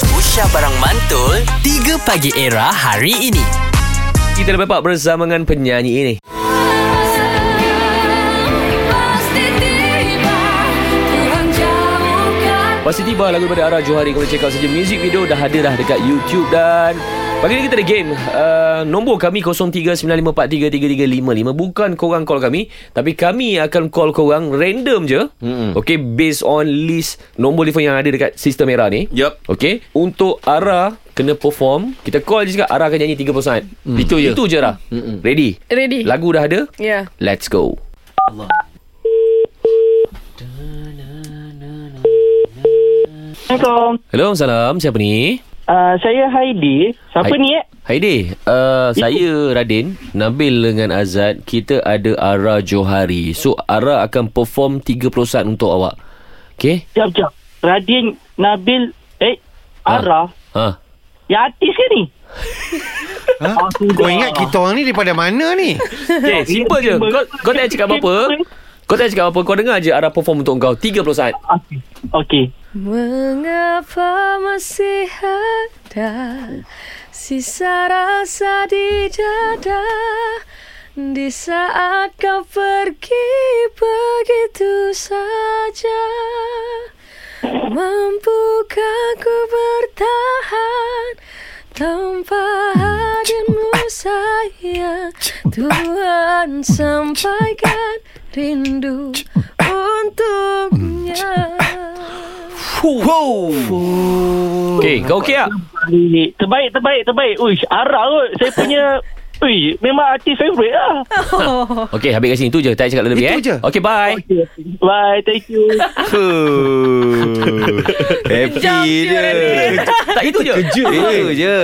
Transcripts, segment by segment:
Syah Barang Mantul 3 Pagi Era hari ini Kita dapat bersama dengan penyanyi ini Pasti tiba lagu daripada Ara Johari Kau boleh check out saja music video Dah ada dah dekat YouTube dan Pagi ni kita ada game uh, Nombor kami 0395433355 Bukan korang call kami Tapi kami akan call korang random je mm-hmm. Okay based on list Nombor telefon yang ada dekat sistem era ni Yup. Okay Untuk Ara Kena perform Kita call je cakap Ara akan nyanyi 30 saat mm. Itu je Itu je Ara mm-hmm. Ready? Ready. Lagu dah ada? Ya. Let's go Assalamualaikum. Hello, salam Siapa ni? Uh, saya Haidi. Siapa Hai- ni eh? Haidi, uh, saya Radin, Nabil dengan Azad, kita ada Ara Johari. So Ara akan perform 30 saat untuk awak. Okay? Jap, jap. Radin, Nabil, eh, Ara. Ha. Ya artis ke ni? Ha? Ah, sudah. Kau ingat kita orang ni daripada mana ni? Okay, Eh, simple je. Kau, kau tak payah cakap apa-apa. Kau tak payah cakap apa-apa. Kau dengar je Ara perform untuk kau 30 saat. Okey. Okey. Mengapa masih ada sisa rasa di dada di saat kau pergi begitu saja? Mampukah ku bertahan tanpa hadirmu sayang? Tuhan sampaikan rindu untuknya. Okay, kau okay tak? Baik. Terbaik, terbaik, terbaik. Uish, Ara kot. Saya punya... Ui, memang artis favourite lah. Okay, habis kat sini. Itu je. Tak payah cakap lebih eh. Itu je. Okay, bye. Okay. Bye, thank you. Kejam Happy dia, je tak, itu je. Kejut Itu je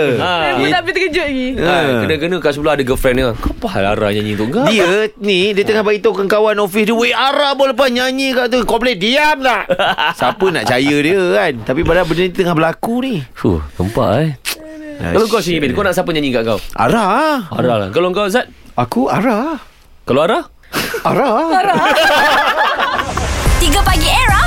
Ha. Saya pun tak habis terkejut lagi Ha, kena-kena kat sebelah ada girlfriend dia. Kau pahal Ara nyanyi untuk kau? Dia ni Dia tengah beritahu ke kawan office dia Weh Ara pun lepas nyanyi kat tu Kau boleh diam tak Siapa nak percaya dia kan Tapi padahal benda ni tengah berlaku ni Fuh, tempat eh. Kalau kau sini, Bil, kau nak siapa nyanyi kat kau? Ara Ara lah. Kalau kau, Zat? Aku Ara. Kalau Ara? Ara. 3 Pagi Era